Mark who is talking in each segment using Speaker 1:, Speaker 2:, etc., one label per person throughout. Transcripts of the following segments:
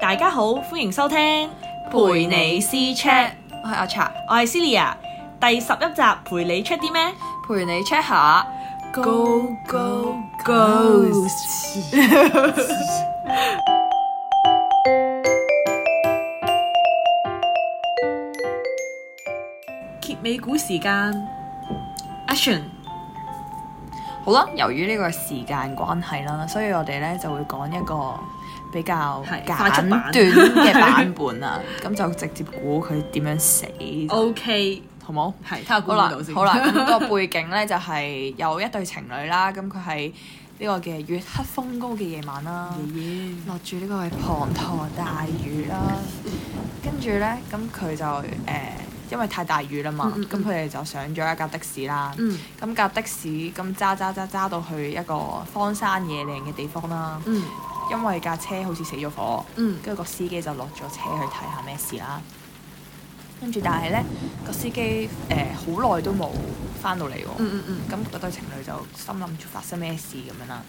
Speaker 1: 大家好，歡迎收聽
Speaker 2: 陪你
Speaker 1: 私
Speaker 2: check，我係阿茶，
Speaker 1: 我係 Celia，第十一集陪你 check 啲咩
Speaker 2: 陪你 check 下 Go Go Ghost。
Speaker 1: 揭尾股時間，Action！
Speaker 2: 好啦，由於呢個時間關係啦，所以我哋咧就會講一個比較
Speaker 1: 係快速
Speaker 2: 簡
Speaker 1: 版
Speaker 2: 短嘅版本啊， 咁就直接估佢點樣死，
Speaker 1: OK，
Speaker 2: 好冇？
Speaker 1: 係睇下估
Speaker 2: 好
Speaker 1: 唔
Speaker 2: 啦
Speaker 1: 到，先。
Speaker 2: 好 啦，咁、個背景咧就係、有一對情侶啦，咁佢喺呢個嘅月黑風高嘅夜晚啦。
Speaker 1: 爺
Speaker 2: 落住呢個係滂沱大雨啦，跟住咧咁佢就誒、呃因為太大雨啦嘛
Speaker 1: 嗯嗯，
Speaker 2: 咁佢哋就上咗一架的士啦。
Speaker 1: 嗯
Speaker 2: 咁架的士咁揸揸揸揸到去一個荒山野嶺嘅地方啦，
Speaker 1: 嗯
Speaker 2: 因為架車好似死咗火，
Speaker 1: 嗯
Speaker 2: 跟住個司機就落咗車去睇下咩事啦。跟住但係咧個司機誒好耐都冇翻到嚟喎。
Speaker 1: 嗯嗯
Speaker 2: 咁嗰對情侶就心諗住發生咩事咁樣啦。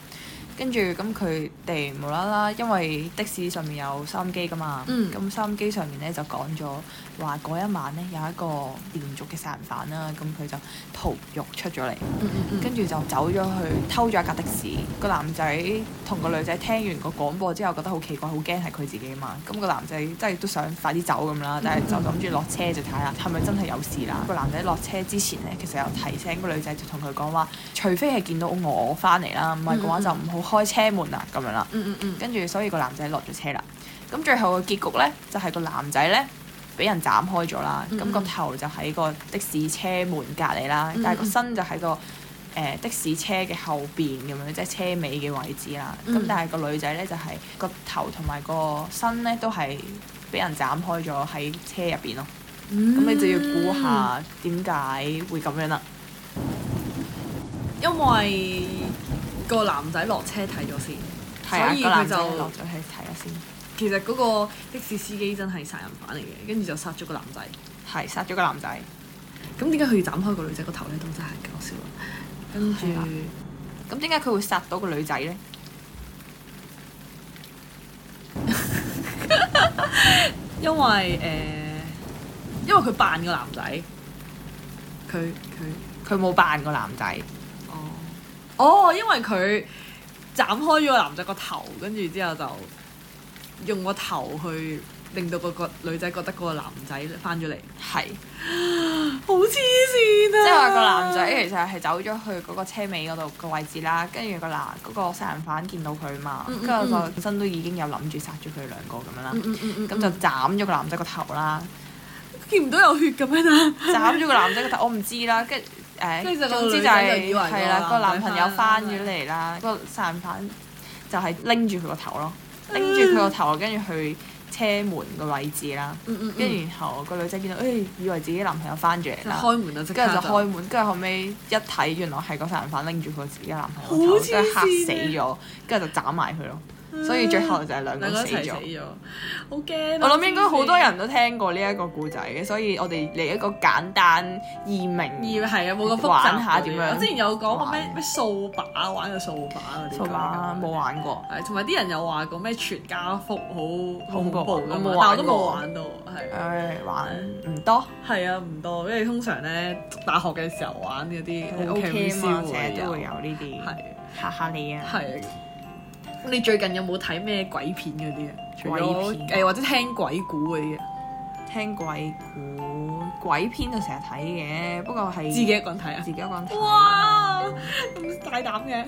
Speaker 2: 跟住咁佢哋無啦啦，因為的士上面有收音機噶嘛，
Speaker 1: 嗯
Speaker 2: 咁收音機上面咧就講咗話嗰一晚咧有一個連續嘅殺人犯啦，咁佢就逃獄出咗嚟，
Speaker 1: 嗯嗯
Speaker 2: 跟住就走咗去偷咗一架的士。個男仔同個女仔聽完個廣播之後覺得好奇怪，好驚係佢自己啊嘛。咁、個男仔即係都想快啲走咁啦，但係就諗住落車就睇下係咪真係有事啦。個男仔落車之前咧，其實有提醒個女仔就同佢講話，除非係見到我翻嚟啦，唔係嘅話就唔好開車門啦咁樣啦。
Speaker 1: 嗯嗯
Speaker 2: 跟住所以個男仔落咗車啦。咁最後嘅結局呢，就係、個男仔呢俾人斬開咗啦，咁、
Speaker 1: 嗯嗯
Speaker 2: 個頭就喺個的士車門隔離啦，
Speaker 1: 嗯嗯
Speaker 2: 但係個身就喺個誒、呃的士車嘅後邊咁樣，即係車尾嘅位置啦。咁、
Speaker 1: 嗯
Speaker 2: 但係個女仔呢，就係、個頭同埋個身呢，都係俾人斬開咗喺車入邊咯。
Speaker 1: 嗯，
Speaker 2: 咁、你就要估下點解會咁樣啦。
Speaker 1: 因為個男仔落車睇咗先，
Speaker 2: 係啊，
Speaker 1: 所以
Speaker 2: 個
Speaker 1: 佢
Speaker 2: 男仔
Speaker 1: 就
Speaker 2: 落咗去睇下先。
Speaker 1: 其實嗰個的士司機真係殺人犯嚟嘅，跟住就殺咗個男仔。
Speaker 2: 係殺咗個男仔，
Speaker 1: 咁點解佢要斬開個女仔個頭咧？都真係搞笑啦。跟住
Speaker 2: 係啦咁點解佢會殺到個女仔呢？
Speaker 1: 因為誒、呃因為佢扮個男仔，佢佢
Speaker 2: 佢冇扮個男仔。
Speaker 1: 哦哦，因為佢斬開咗個男仔個頭，跟住之後就用個頭去令到個個女仔覺得嗰個男仔翻咗嚟，
Speaker 2: 係，
Speaker 1: 好黐線啊！
Speaker 2: 即係話個男仔其實係走咗去嗰個車尾嗰度個位置啦，跟住個男嗰、個殺人犯見到佢嘛，
Speaker 1: 嗯嗯
Speaker 2: 跟住就本身都已經有諗住殺咗佢兩個咁樣啦，
Speaker 1: 嗯嗯嗯嗯，
Speaker 2: 咁就斬咗個男仔個頭啦，
Speaker 1: 見唔到有血咁樣啊！
Speaker 2: 斬咗個男仔個頭，我唔知啦，跟誒，
Speaker 1: 跟住就個
Speaker 2: 總之
Speaker 1: 女
Speaker 2: 就
Speaker 1: 仔就
Speaker 2: 係
Speaker 1: 以為個
Speaker 2: 係啦，個
Speaker 1: 男仔
Speaker 2: 男朋友
Speaker 1: 返
Speaker 2: 翻
Speaker 1: 嚟嗯
Speaker 2: 咗嚟啦，個殺人犯就係拎住佢個頭咯，拎住佢個頭，跟住去車門個位置啦，
Speaker 1: 嗯嗯，跟
Speaker 2: 跟住
Speaker 1: 住
Speaker 2: 然後個女仔見到，誒以為自己男朋友翻咗嚟
Speaker 1: 就
Speaker 2: 啦。
Speaker 1: 開門啊！即刻
Speaker 2: 跟住就開門，跟住後尾一睇，原來係個殺人犯拎住佢自己嘅男朋友
Speaker 1: 好
Speaker 2: 個
Speaker 1: 黐線
Speaker 2: 頭，跟住嚇
Speaker 1: 啊
Speaker 2: 死咗，跟住就斬埋佢咯。所以最後就係兩個
Speaker 1: 兩
Speaker 2: 人
Speaker 1: 個一
Speaker 2: 死
Speaker 1: 齊
Speaker 2: 咗。
Speaker 1: 咗，好驚啊！
Speaker 2: 我諗應該好多
Speaker 1: 黐線
Speaker 2: 人都聽過呢一個故仔嘅，所以我哋嚟一個簡單易
Speaker 1: 以
Speaker 2: 明
Speaker 1: 為係啊，冇咁複雜。
Speaker 2: 玩下點樣
Speaker 1: 我之前有講過咩
Speaker 2: 玩
Speaker 1: 咩掃把，玩個掃把嗰啲。
Speaker 2: 數碼冇。玩過。
Speaker 1: 係，同埋啲人有話過咩全家福好好恐
Speaker 2: 恐怖啊
Speaker 1: 怖㗎嘛，
Speaker 2: 我冇
Speaker 1: 但我
Speaker 2: 玩過
Speaker 1: 都冇玩到，係啊
Speaker 2: 誒玩唔多
Speaker 1: 係啊，唔多，因為通常咧大學嘅時候玩嗰啲
Speaker 2: OK 啊嘛，
Speaker 1: 會
Speaker 2: 成日都會
Speaker 1: 有
Speaker 2: 有呢啲
Speaker 1: 係
Speaker 2: 嚇嚇你啊！
Speaker 1: 係。咁你最近有冇睇咩鬼片嗰啲啊？除
Speaker 2: 鬼
Speaker 1: 咗
Speaker 2: 片嗯
Speaker 1: 誒或者聽鬼故嗰啲啊，
Speaker 2: 聽鬼故鬼片就成日睇嘅，不過係
Speaker 1: 自己一個人睇啊
Speaker 2: 自？己一個人睇。
Speaker 1: 哇！咁大膽嘅，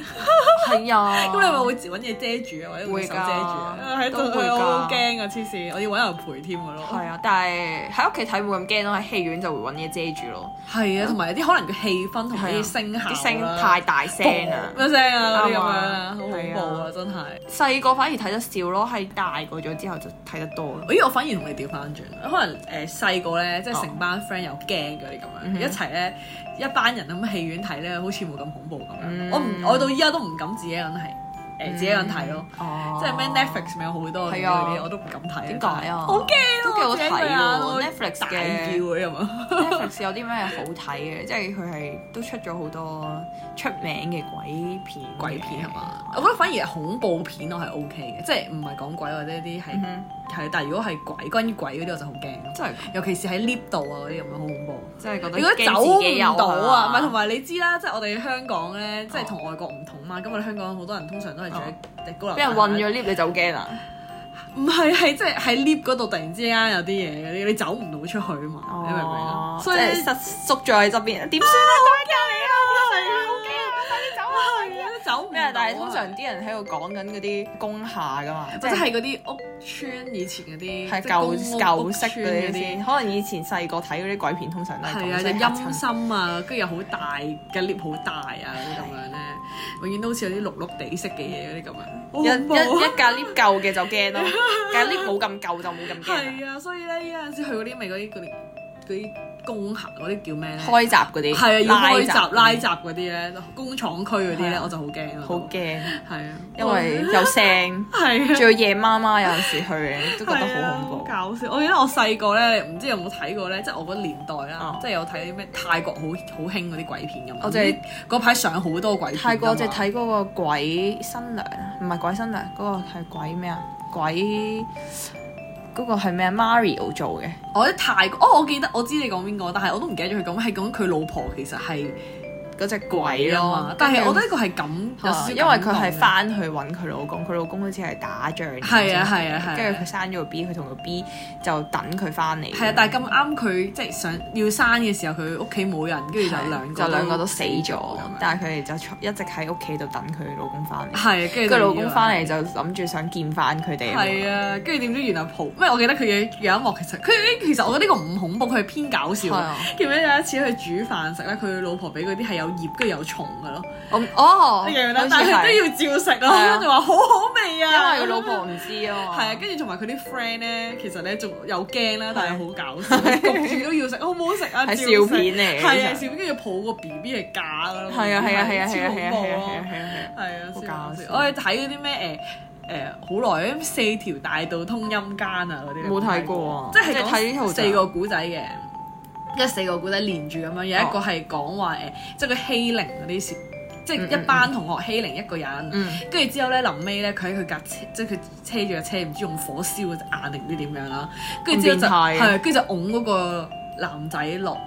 Speaker 2: 係啊！
Speaker 1: 咁你咪會揾嘢遮住啊，或者用隻手遮住啊？
Speaker 2: 會㗎
Speaker 1: 喺度
Speaker 2: 都會㗎
Speaker 1: 我好驚啊！黐線，我要揾人陪添嘅咯。
Speaker 2: 係啊，但係喺屋企睇冇咁驚咯，喺戲院就會揾嘢遮住咯。
Speaker 1: 係啊，同埋有啲可能個氣氛同埋啲聲效
Speaker 2: 啊
Speaker 1: 啊
Speaker 2: 啲
Speaker 1: 啦
Speaker 2: 聲啊太大聲啦。
Speaker 1: 咩聲啊嗰啲咁樣
Speaker 2: 啱
Speaker 1: 啊，
Speaker 2: 啊
Speaker 1: 好恐怖啊！真係。
Speaker 2: 細個反而睇得少咯，係大個咗之後就睇得多咯。
Speaker 1: 咦，我反而同你調翻轉，可能誒細個咧，即係成班 friend 又驚嗰啲咁樣，
Speaker 2: 哦嗯哼
Speaker 1: 一齊咧一班人咁戲院睇咧，好似冇咁恐怖咁樣。
Speaker 2: 嗯
Speaker 1: 我唔，我到依家都唔敢自己一個人睇，誒自己一個人睇咯。
Speaker 2: 哦
Speaker 1: 即係咩 Netflix 咪有好多
Speaker 2: 係
Speaker 1: 嗰
Speaker 2: 啊
Speaker 1: 啲，我都唔敢睇。
Speaker 2: 點解啊
Speaker 1: 好驚啊！
Speaker 2: 都幾好
Speaker 1: 我
Speaker 2: 睇
Speaker 1: 驚佢啊
Speaker 2: 喎
Speaker 1: 我
Speaker 2: Netflix
Speaker 1: 大叫
Speaker 2: 嘅
Speaker 1: 咁啊嘛。
Speaker 2: Netflix 有啲咩好睇嘅？即係佢係都出咗好多出名嘅鬼片 嘅，
Speaker 1: 鬼片係
Speaker 2: 嗯
Speaker 1: 嘛？我覺得反而係恐怖片我係 O K 嘅，即係唔係講鬼或者啲係
Speaker 2: 嗯哼
Speaker 1: 係，但係如果係鬼關於鬼嗰啲我就好驚咯，
Speaker 2: 真係
Speaker 1: 尤其是喺 lift 度啊嗰啲咁樣好恐怖。
Speaker 2: 真係覺得
Speaker 1: 如果
Speaker 2: 驚
Speaker 1: 走
Speaker 2: 自己有
Speaker 1: 唔到啊，唔係同
Speaker 2: 嘛
Speaker 1: 埋你知啦，即係我哋香港咧，即係同外國唔同嘛。咁我哋香港好多人通常都係住喺高樓，
Speaker 2: 哦俾人韞咗 lift 你就好驚啊啦。
Speaker 1: 唔係係即係喺 lift 嗰度突然之間有啲嘢，你你走唔到出去啊嘛，
Speaker 2: 哦
Speaker 1: 你明唔明啊？
Speaker 2: 所
Speaker 1: 所
Speaker 2: 以
Speaker 1: 以
Speaker 2: 實縮咗喺側邊，點算 啊？
Speaker 1: 快啲走啊！走唔
Speaker 2: 咩啊？但係
Speaker 1: 到啊
Speaker 2: 通常啲人喺度講緊嗰啲工廈噶嘛，
Speaker 1: 或者係嗰啲屋村以前嗰啲
Speaker 2: 係
Speaker 1: 即係
Speaker 2: 舊
Speaker 1: 公屋
Speaker 2: 舊式
Speaker 1: 屋村
Speaker 2: 嗰啲先。可能以前細個睇嗰啲鬼片，通常都係
Speaker 1: 係啊，就
Speaker 2: 咁即係嚇
Speaker 1: 陰
Speaker 2: 親
Speaker 1: 森啊，跟住又好大嘅 lift 好大啊嗰啲咁樣咧，永遠都好似有啲綠綠地色嘅嘢嗰啲咁
Speaker 2: 一
Speaker 1: 樣，好恐怖啊！
Speaker 2: 一一架 lift 夠嘅就驚 咯，架 lift 冇咁夠就冇咁驚啦。
Speaker 1: 係啊，所以咧有陣時去嗰啲咪嗰啲嗰啲嗰啲工行嗰啲叫咩咧？
Speaker 2: 開閘嗰啲，
Speaker 1: 係啊，要開閘拉
Speaker 2: 閘，
Speaker 1: 閘嗰啲咧，工廠區嗰啲
Speaker 2: 係
Speaker 1: 咧，
Speaker 2: 啊
Speaker 1: 我就好驚啊！
Speaker 2: 好驚，
Speaker 1: 係啊，
Speaker 2: 因為有 聲，
Speaker 1: 係啊
Speaker 2: 仲。有夜媽媽有陣時去，都覺得好恐怖
Speaker 1: 係啊。好搞笑！我記得我細個咧，唔知有冇睇過咧，即係我嗰年代啦
Speaker 2: 哦，
Speaker 1: 即係有睇啲咩泰國好好興嗰啲鬼片咁。
Speaker 2: 我淨係
Speaker 1: 嗰排上好多鬼片㗎嘛。
Speaker 2: 泰國就睇嗰個鬼新娘，啊唔係鬼新娘，嗰、個係鬼咩啊？鬼嗰、個係咩啊？Mario 做嘅，
Speaker 1: 我喺泰國，哦，我記得我知你講邊個，但係我都唔記得咗佢講咩，係講佢老婆其實係
Speaker 2: 嗰只
Speaker 1: 鬼
Speaker 2: 鬼
Speaker 1: 啊
Speaker 2: 咯
Speaker 1: 嘛。。但係我覺得
Speaker 2: 係啊
Speaker 1: 呢個係咁，有少少
Speaker 2: 因為佢
Speaker 1: 感動嘅
Speaker 2: 係翻去揾佢老公，佢老公好似係打仗，
Speaker 1: 係啊係啊係啊
Speaker 2: 跟住佢生咗個 B，佢同個 B 就等佢翻嚟。
Speaker 1: 係啊，但係咁啱佢即係想要生嘅時候，佢屋企冇人，跟住就兩個
Speaker 2: 就兩個都死
Speaker 1: 咁
Speaker 2: 咗
Speaker 1: 樣，
Speaker 2: 但係佢哋就一直喺屋企度等佢老公翻嚟。
Speaker 1: 係，啊跟住
Speaker 2: 跟住
Speaker 1: 就
Speaker 2: 老
Speaker 1: 以
Speaker 2: 公
Speaker 1: 為
Speaker 2: 翻嚟就諗住想見翻佢哋。
Speaker 1: 係啊，跟住點知原來蒲咩？我記得佢嘅有一幕其實佢其實我覺得呢個唔恐怖，佢係偏搞笑
Speaker 2: 係。啊，
Speaker 1: 記唔記得有一次佢煮飯食咧，佢老婆俾嗰啲係有葉跟住有蟲嘅咯，
Speaker 2: 我哦，
Speaker 1: 一樣啦
Speaker 2: 好，似
Speaker 1: 但係
Speaker 2: 係
Speaker 1: 佢都要照食
Speaker 2: 係
Speaker 1: 咯，
Speaker 2: 啊
Speaker 1: 跟住話好好味
Speaker 2: 因
Speaker 1: 啊！
Speaker 2: 為佢老婆唔知啊嘛。
Speaker 1: 係啊，跟住同埋佢啲 friend 咧，其實咧仲有驚啦，但係好搞 笑，焗住都要食，好唔好食啊？
Speaker 2: 係
Speaker 1: 照
Speaker 2: 笑片嚟嘅
Speaker 1: 食係啊，笑
Speaker 2: 其
Speaker 1: 片跟住抱個 B B 係假噶咯，
Speaker 2: 係啊係啊係啊
Speaker 1: 超
Speaker 2: 係啊係
Speaker 1: 恐
Speaker 2: 啊
Speaker 1: 怖
Speaker 2: 係
Speaker 1: 咯
Speaker 2: 啊係啊係啊！
Speaker 1: 係啊，
Speaker 2: 好
Speaker 1: 好
Speaker 2: 搞
Speaker 1: 搞
Speaker 2: 笑
Speaker 1: 笑！我哋睇嗰啲咩誒誒好耐咁四條大道通陰間啊嗰啲，
Speaker 2: 冇睇過啊
Speaker 1: 即係
Speaker 2: 即係
Speaker 1: 講
Speaker 2: 睇呢套咋
Speaker 1: 四個古仔嘅。跟住四個古仔連住咁樣，有一
Speaker 2: 哦
Speaker 1: 個係講話誒，即係佢欺凌嗰啲事，即係
Speaker 2: 嗯嗯
Speaker 1: 一班同學欺凌一個人，
Speaker 2: 嗯，
Speaker 1: 跟住之後咧臨尾咧，佢喺佢架車，即係佢車住架車，唔知用火燒嗰隻眼定唔知點樣啦，跟住之後就
Speaker 2: 咁變態啊
Speaker 1: 係，跟住就拱嗰個男仔落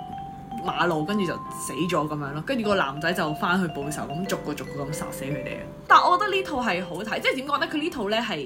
Speaker 1: 馬路，跟住就死咗咁樣咯。跟住個男仔就翻去報仇，咁逐個逐個咁殺死佢哋嘅。但係我覺得呢套係好睇，即係點講咧？佢呢套咧係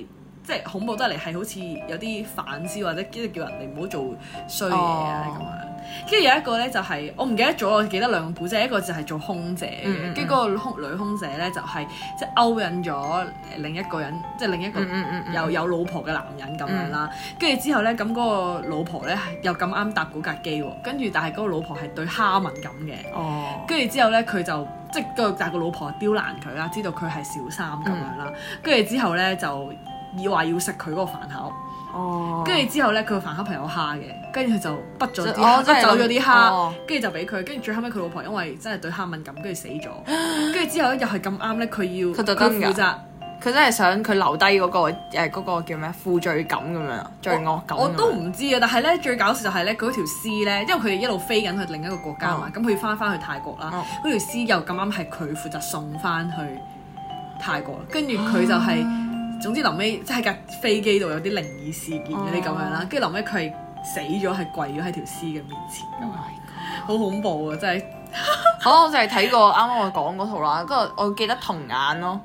Speaker 1: 即係恐怖得嚟，係好似有啲反思或者即係叫人哋唔好做衰嘢啊
Speaker 2: 哦
Speaker 1: 咁樣。跟住有一個咧就係、我唔記得咗，我記得兩個古仔，一個就係做空姐
Speaker 2: 嗯嗯嗯
Speaker 1: 嘅，跟住嗰個空女空姐咧就係、即係勾引咗另一個人，即係另一個
Speaker 2: 嗯嗯嗯嗯
Speaker 1: 有有老婆嘅男人咁樣啦。跟住之後咧，咁嗰個老婆咧又咁啱搭嗰架機喎，跟住但係嗰個老婆係對蝦敏感嘅。
Speaker 2: 哦，
Speaker 1: 跟住之後咧，佢就即係個但係個老婆刁難佢啦，知道佢係小三咁樣
Speaker 2: 嗯
Speaker 1: 啦。跟住、之後咧就以話要食佢嗰個飯盒，
Speaker 2: 哦，
Speaker 1: 跟住之後咧佢個飯盒係有蝦嘅，跟住佢就潷咗啲
Speaker 2: 哦
Speaker 1: 蝦，
Speaker 2: 即係
Speaker 1: 潷走咗啲
Speaker 2: 哦
Speaker 1: 蝦，跟住就俾佢。跟住最後尾佢老婆因為真係對蝦敏感，跟住死 咗。跟住之後咧又係咁啱咧，佢要
Speaker 2: 佢特登㗎
Speaker 1: 負責。
Speaker 2: 佢真係想佢留低嗰個誒嗰個叫咩負罪感咁樣，啊罪惡感咁樣。
Speaker 1: 我都唔知啊，但係咧最搞笑就係咧，佢嗰條絲咧，因為佢哋一路飛緊去另一個國家嘛，咁佢要翻翻去泰國啦
Speaker 2: 哦，
Speaker 1: 嗰條絲又咁啱係佢負責送翻去泰國，跟住佢就係、
Speaker 2: 啊
Speaker 1: 總之臨尾即係架飛機度有啲靈異事件嗰啲咁樣
Speaker 2: 哦
Speaker 1: 啦，跟住臨尾佢係死咗，係跪咗喺條絲嘅面前咁
Speaker 2: Oh
Speaker 1: 樣，
Speaker 2: my
Speaker 1: 好
Speaker 2: god
Speaker 1: 恐怖啊！真係
Speaker 2: 好，我就係睇過啱啱我講嗰套啦，跟住我記得童眼咯，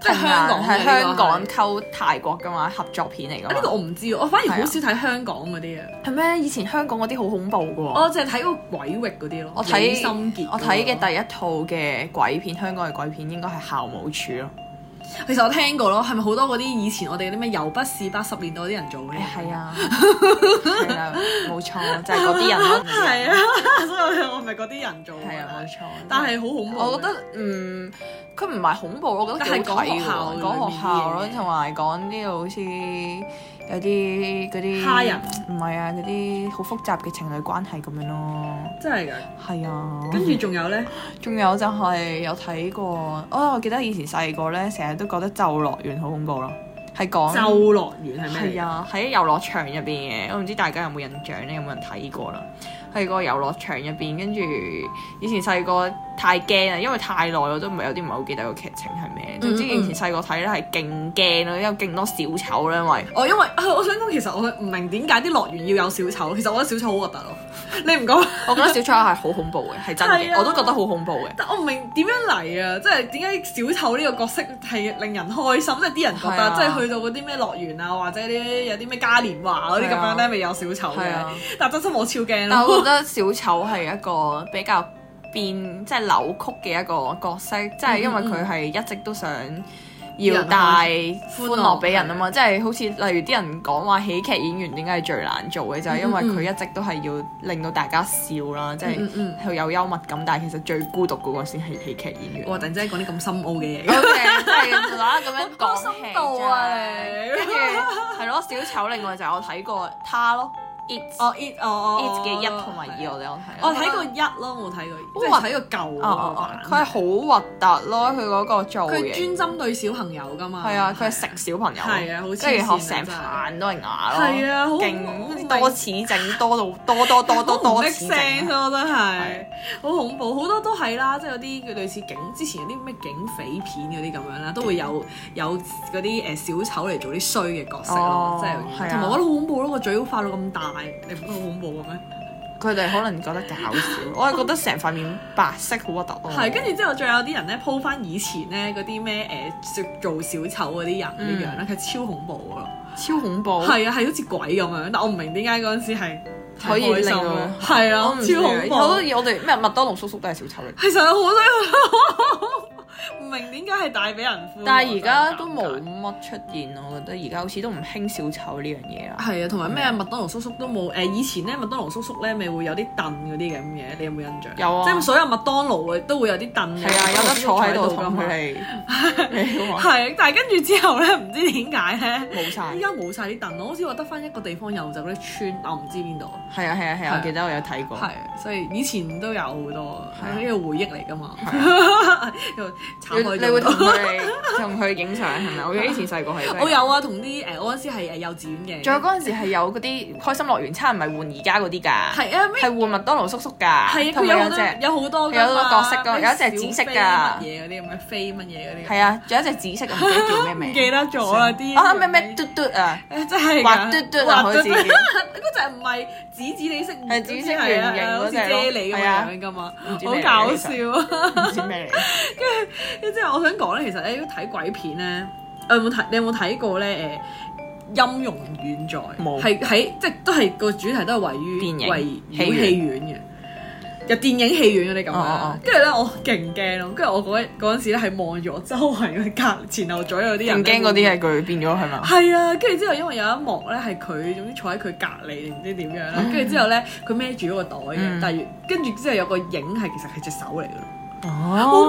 Speaker 1: 即係香港
Speaker 2: 童
Speaker 1: 嘅
Speaker 2: 眼係香港
Speaker 1: 呢
Speaker 2: 溝泰國噶嘛，合作片嚟
Speaker 1: 啊呢、
Speaker 2: 噶
Speaker 1: 個
Speaker 2: 嘛。
Speaker 1: 我唔知喎，我反而
Speaker 2: 係啊
Speaker 1: 好少睇香港嗰啲啊，
Speaker 2: 係咩？以前香港嗰啲好恐怖嘅喎。
Speaker 1: 我淨係睇嗰個鬼域嗰啲咯，
Speaker 2: 我睇
Speaker 1: 李心潔嗰個咯
Speaker 2: 我睇嘅第一套嘅鬼片，香港嘅鬼片應該係校務處咯。
Speaker 1: 其實我聽過咯，係咪好多嗰啲以前我哋嗰啲咩又不是八十年代嗰啲人做嘅？
Speaker 2: 誒係啊，係啦，冇錯，就係嗰啲 人咯。
Speaker 1: 係啊，所以我咪嗰啲人做。
Speaker 2: 係啊，冇錯。
Speaker 1: 但係好恐怖嘅。啊
Speaker 2: 我覺得嗯，佢唔係恐怖，我覺得
Speaker 1: 但係
Speaker 2: 幾好睇
Speaker 1: 講學校
Speaker 2: 喎
Speaker 1: 裏
Speaker 2: 講學校咯，
Speaker 1: 面嘅嘢
Speaker 2: 同埋講呢個好似有啲嗰啲
Speaker 1: 蝦人，
Speaker 2: 唔係啊，嗰啲好複雜嘅情侶關係咁樣咯。
Speaker 1: 真係㗎。
Speaker 2: 係啊，
Speaker 1: 跟住仲有咧，
Speaker 2: 仲有就係有睇過，哦，我記得以前細個咧，成日都覺得咒樂園好恐怖咯，係講
Speaker 1: 就樂園係咩
Speaker 2: 係
Speaker 1: 嚟㗎？
Speaker 2: 啊，喺遊樂場入邊嘅，我唔知大家有冇印象咧，有冇人睇過啦？喺個遊樂場入邊，跟住以前細個太驚啊啦，因為太耐我都唔係有啲唔係好記得個劇情係咩。
Speaker 1: 嗯
Speaker 2: 總之以前細個睇咧係勁驚咯，因為勁多小丑啦，因 為
Speaker 1: 哦，因為啊我想講，其實我唔明點解啲樂園要有小丑，其實我覺得小丑好核突咯。你唔講，
Speaker 2: 我覺得小丑係好恐怖嘅，係真
Speaker 1: 係
Speaker 2: 嘅，
Speaker 1: 啊
Speaker 2: 我都覺得好恐怖嘅。
Speaker 1: 但我唔明點樣嚟啊！即係點解小丑呢個角色係令人開心？即係啲人覺
Speaker 2: 係
Speaker 1: 得，
Speaker 2: 啊
Speaker 1: 即係去到嗰啲咩樂園啊，或者啲有啲咩嘉年華嗰啲咁
Speaker 2: 係啊
Speaker 1: 樣咧，咪有小丑
Speaker 2: 係
Speaker 1: 嘅
Speaker 2: 啊。
Speaker 1: 但真心我超驚
Speaker 2: 但我覺
Speaker 1: 咯。
Speaker 2: 得小丑係一個比較變即係扭曲嘅一個角色，即係
Speaker 1: 嗯
Speaker 2: 因為佢係一直都想要帶歡樂俾人啊嘛，即係好似例如啲人講話喜劇演員點解係最難做嘅，就係因為佢一直都係要令到大家笑啦，即係
Speaker 1: 嗯嗯
Speaker 2: 佢有幽默感，但係其實最孤獨嗰個先係喜劇演員。
Speaker 1: 哇！突然之間講啲咁深奧嘅
Speaker 2: O K，即係
Speaker 1: 嘢，
Speaker 2: 就啦咁樣講
Speaker 1: 好多
Speaker 2: 戲
Speaker 1: 深度啊你
Speaker 2: 啫，跟住係咯，小丑另外就係我睇過他咯，It
Speaker 1: 哦，it 哦
Speaker 2: It 嘅一同埋啊二我哋有睇，
Speaker 1: 我睇過一咯，冇睇過，即
Speaker 2: 哇
Speaker 1: 係睇過舊
Speaker 2: 哦哦
Speaker 1: 嗰個
Speaker 2: 哦，佢係
Speaker 1: 版。
Speaker 2: 好核突咯，佢嗰個造型
Speaker 1: 佢專針對小朋友噶嘛。
Speaker 2: 係啊，佢係食小朋友，
Speaker 1: 係啊好黐線啊
Speaker 2: 跟住然後成棚都係牙咯，
Speaker 1: 係啊好
Speaker 2: 勁
Speaker 1: 我
Speaker 2: 好似
Speaker 1: 明
Speaker 2: 多齒症多到多多 多多
Speaker 1: 好
Speaker 2: 多
Speaker 1: 唔 make
Speaker 2: 齒症
Speaker 1: sense
Speaker 2: 啊。
Speaker 1: 咯，真係
Speaker 2: 係
Speaker 1: 好恐怖，好多都係啦，即係有啲類似警之前有啲咩警匪片嗰啲咁樣啦，都會有有嗰啲呃誒小丑嚟做啲衰嘅角色咯
Speaker 2: 哦，
Speaker 1: 即係
Speaker 2: 係啊
Speaker 1: 同埋我覺得好恐怖咯，個嘴化到咁大，你唔覺得好恐怖嘅咩？
Speaker 2: 佢哋可能覺得搞笑， 我係覺得成塊面白色好核突咯。
Speaker 1: 係，跟住之後仲有啲人咧 po 翻以前咧嗰啲咩誒做小丑嗰啲人啲樣咧，
Speaker 2: 嗯
Speaker 1: 佢超恐怖咯，
Speaker 2: 超恐怖。
Speaker 1: 係啊，係好似鬼咁樣，但我唔明點解嗰陣時係
Speaker 2: 可
Speaker 1: 係
Speaker 2: 以
Speaker 1: 開
Speaker 2: 令
Speaker 1: 心
Speaker 2: 到
Speaker 1: 咯，係啊，
Speaker 2: 我唔知啊
Speaker 1: 超恐怖。
Speaker 2: 好多嘢我哋咩麥當勞叔叔都係小丑嚟，
Speaker 1: 其實好 多唔明點解係帶俾人歡樂
Speaker 2: 但係而家都冇乜出現咯。我覺得而家好似都唔興小丑呢樣嘢啦。
Speaker 1: 係啊，同埋咩麥當勞叔叔都冇誒、以前咧麥當勞叔叔咧咪會有啲凳嗰啲咁嘅，你有冇印象？
Speaker 2: 有啊
Speaker 1: 即係所有麥當勞都會有啲凳嘅，
Speaker 2: 係啊，有得坐喺度
Speaker 1: 㗎
Speaker 2: 同
Speaker 1: 嘛
Speaker 2: 佢。哋 你話
Speaker 1: 係，但係跟住之後咧，唔知點解咧，
Speaker 2: 冇晒
Speaker 1: 依。家冇晒啲凳咯，好似話得翻一個地方有就嗰啲村，我唔知邊度。
Speaker 2: 係啊係啊係
Speaker 1: 係
Speaker 2: 啊，
Speaker 1: 啊
Speaker 2: 我記得我有睇過。
Speaker 1: 係，所以以前都有好多，
Speaker 2: 啊
Speaker 1: 呢個回憶嚟㗎 嘛。 又拆
Speaker 2: 你
Speaker 1: 開
Speaker 2: 你會
Speaker 1: 咗
Speaker 2: 同。佢哋同佢影相係咪？我記得以前細個係。
Speaker 1: 我。有啊，同啲誒我嗰陣時係誒幼稚園嘅。
Speaker 2: 仲有嗰陣時係有嗰啲開心樂園餐，唔係換而家嗰啲㗎，
Speaker 1: 係啊，咩
Speaker 2: 係換麥當勞叔叔㗎，
Speaker 1: 係啊，佢
Speaker 2: 同埋
Speaker 1: 有
Speaker 2: 有
Speaker 1: 好多
Speaker 2: 隻
Speaker 1: 有好多㗎
Speaker 2: 有好多
Speaker 1: 嘛
Speaker 2: 角色㗎
Speaker 1: 咩
Speaker 2: 有一隻紫色
Speaker 1: 小飛
Speaker 2: 㗎
Speaker 1: 乜嘢嗰啲咁嘅飛乜嘢嗰啲。
Speaker 2: 係啊，仲有一隻紫色嘅，唔記得叫咩名。
Speaker 1: 唔記得咗啦啲
Speaker 2: 啊咩咩嘟嘟啊！
Speaker 1: 誒真係㗎
Speaker 2: 滑嘟嘟啊，好似
Speaker 1: 嗰
Speaker 2: 唔
Speaker 1: 隻唔係紫紫地色，
Speaker 2: 係紫色
Speaker 1: 好似係啊
Speaker 2: 圓形嗰
Speaker 1: 好似
Speaker 2: 隻咯
Speaker 1: 啫喱咁
Speaker 2: 係啊
Speaker 1: 樣㗎嘛，
Speaker 2: 唔知
Speaker 1: 好
Speaker 2: 咩嚟
Speaker 1: 搞
Speaker 2: 嘅
Speaker 1: 笑
Speaker 2: 其
Speaker 1: 啊！
Speaker 2: 知咩嚟。
Speaker 1: 即係我想講咧，其實咧睇鬼片咧，我有冇睇？你有冇睇過咧？誒音容遠在
Speaker 2: 冇
Speaker 1: 係喺即係都係個主題都係位於
Speaker 2: 電影
Speaker 1: 圍繞
Speaker 2: 戲院
Speaker 1: 戲院嘅。入電影戲院嗰啲咁
Speaker 2: 哦哦
Speaker 1: 樣
Speaker 2: 哦，
Speaker 1: 跟住咧我勁驚咯，跟住我嗰嗰陣時咧係望咗周圍嘅隔前後左右啲 人
Speaker 2: 勁
Speaker 1: 呢，
Speaker 2: 驚嗰啲係佢變咗係嘛？
Speaker 1: 係啊，跟住之後因為有一幕咧係佢總之坐喺佢隔離定唔知點樣啦，跟住之後咧佢孭住嗰個袋嘅，
Speaker 2: 嗯
Speaker 1: 但係跟住之後有個影係其實係隻手嚟嘅咯，
Speaker 2: 哦，
Speaker 1: 啊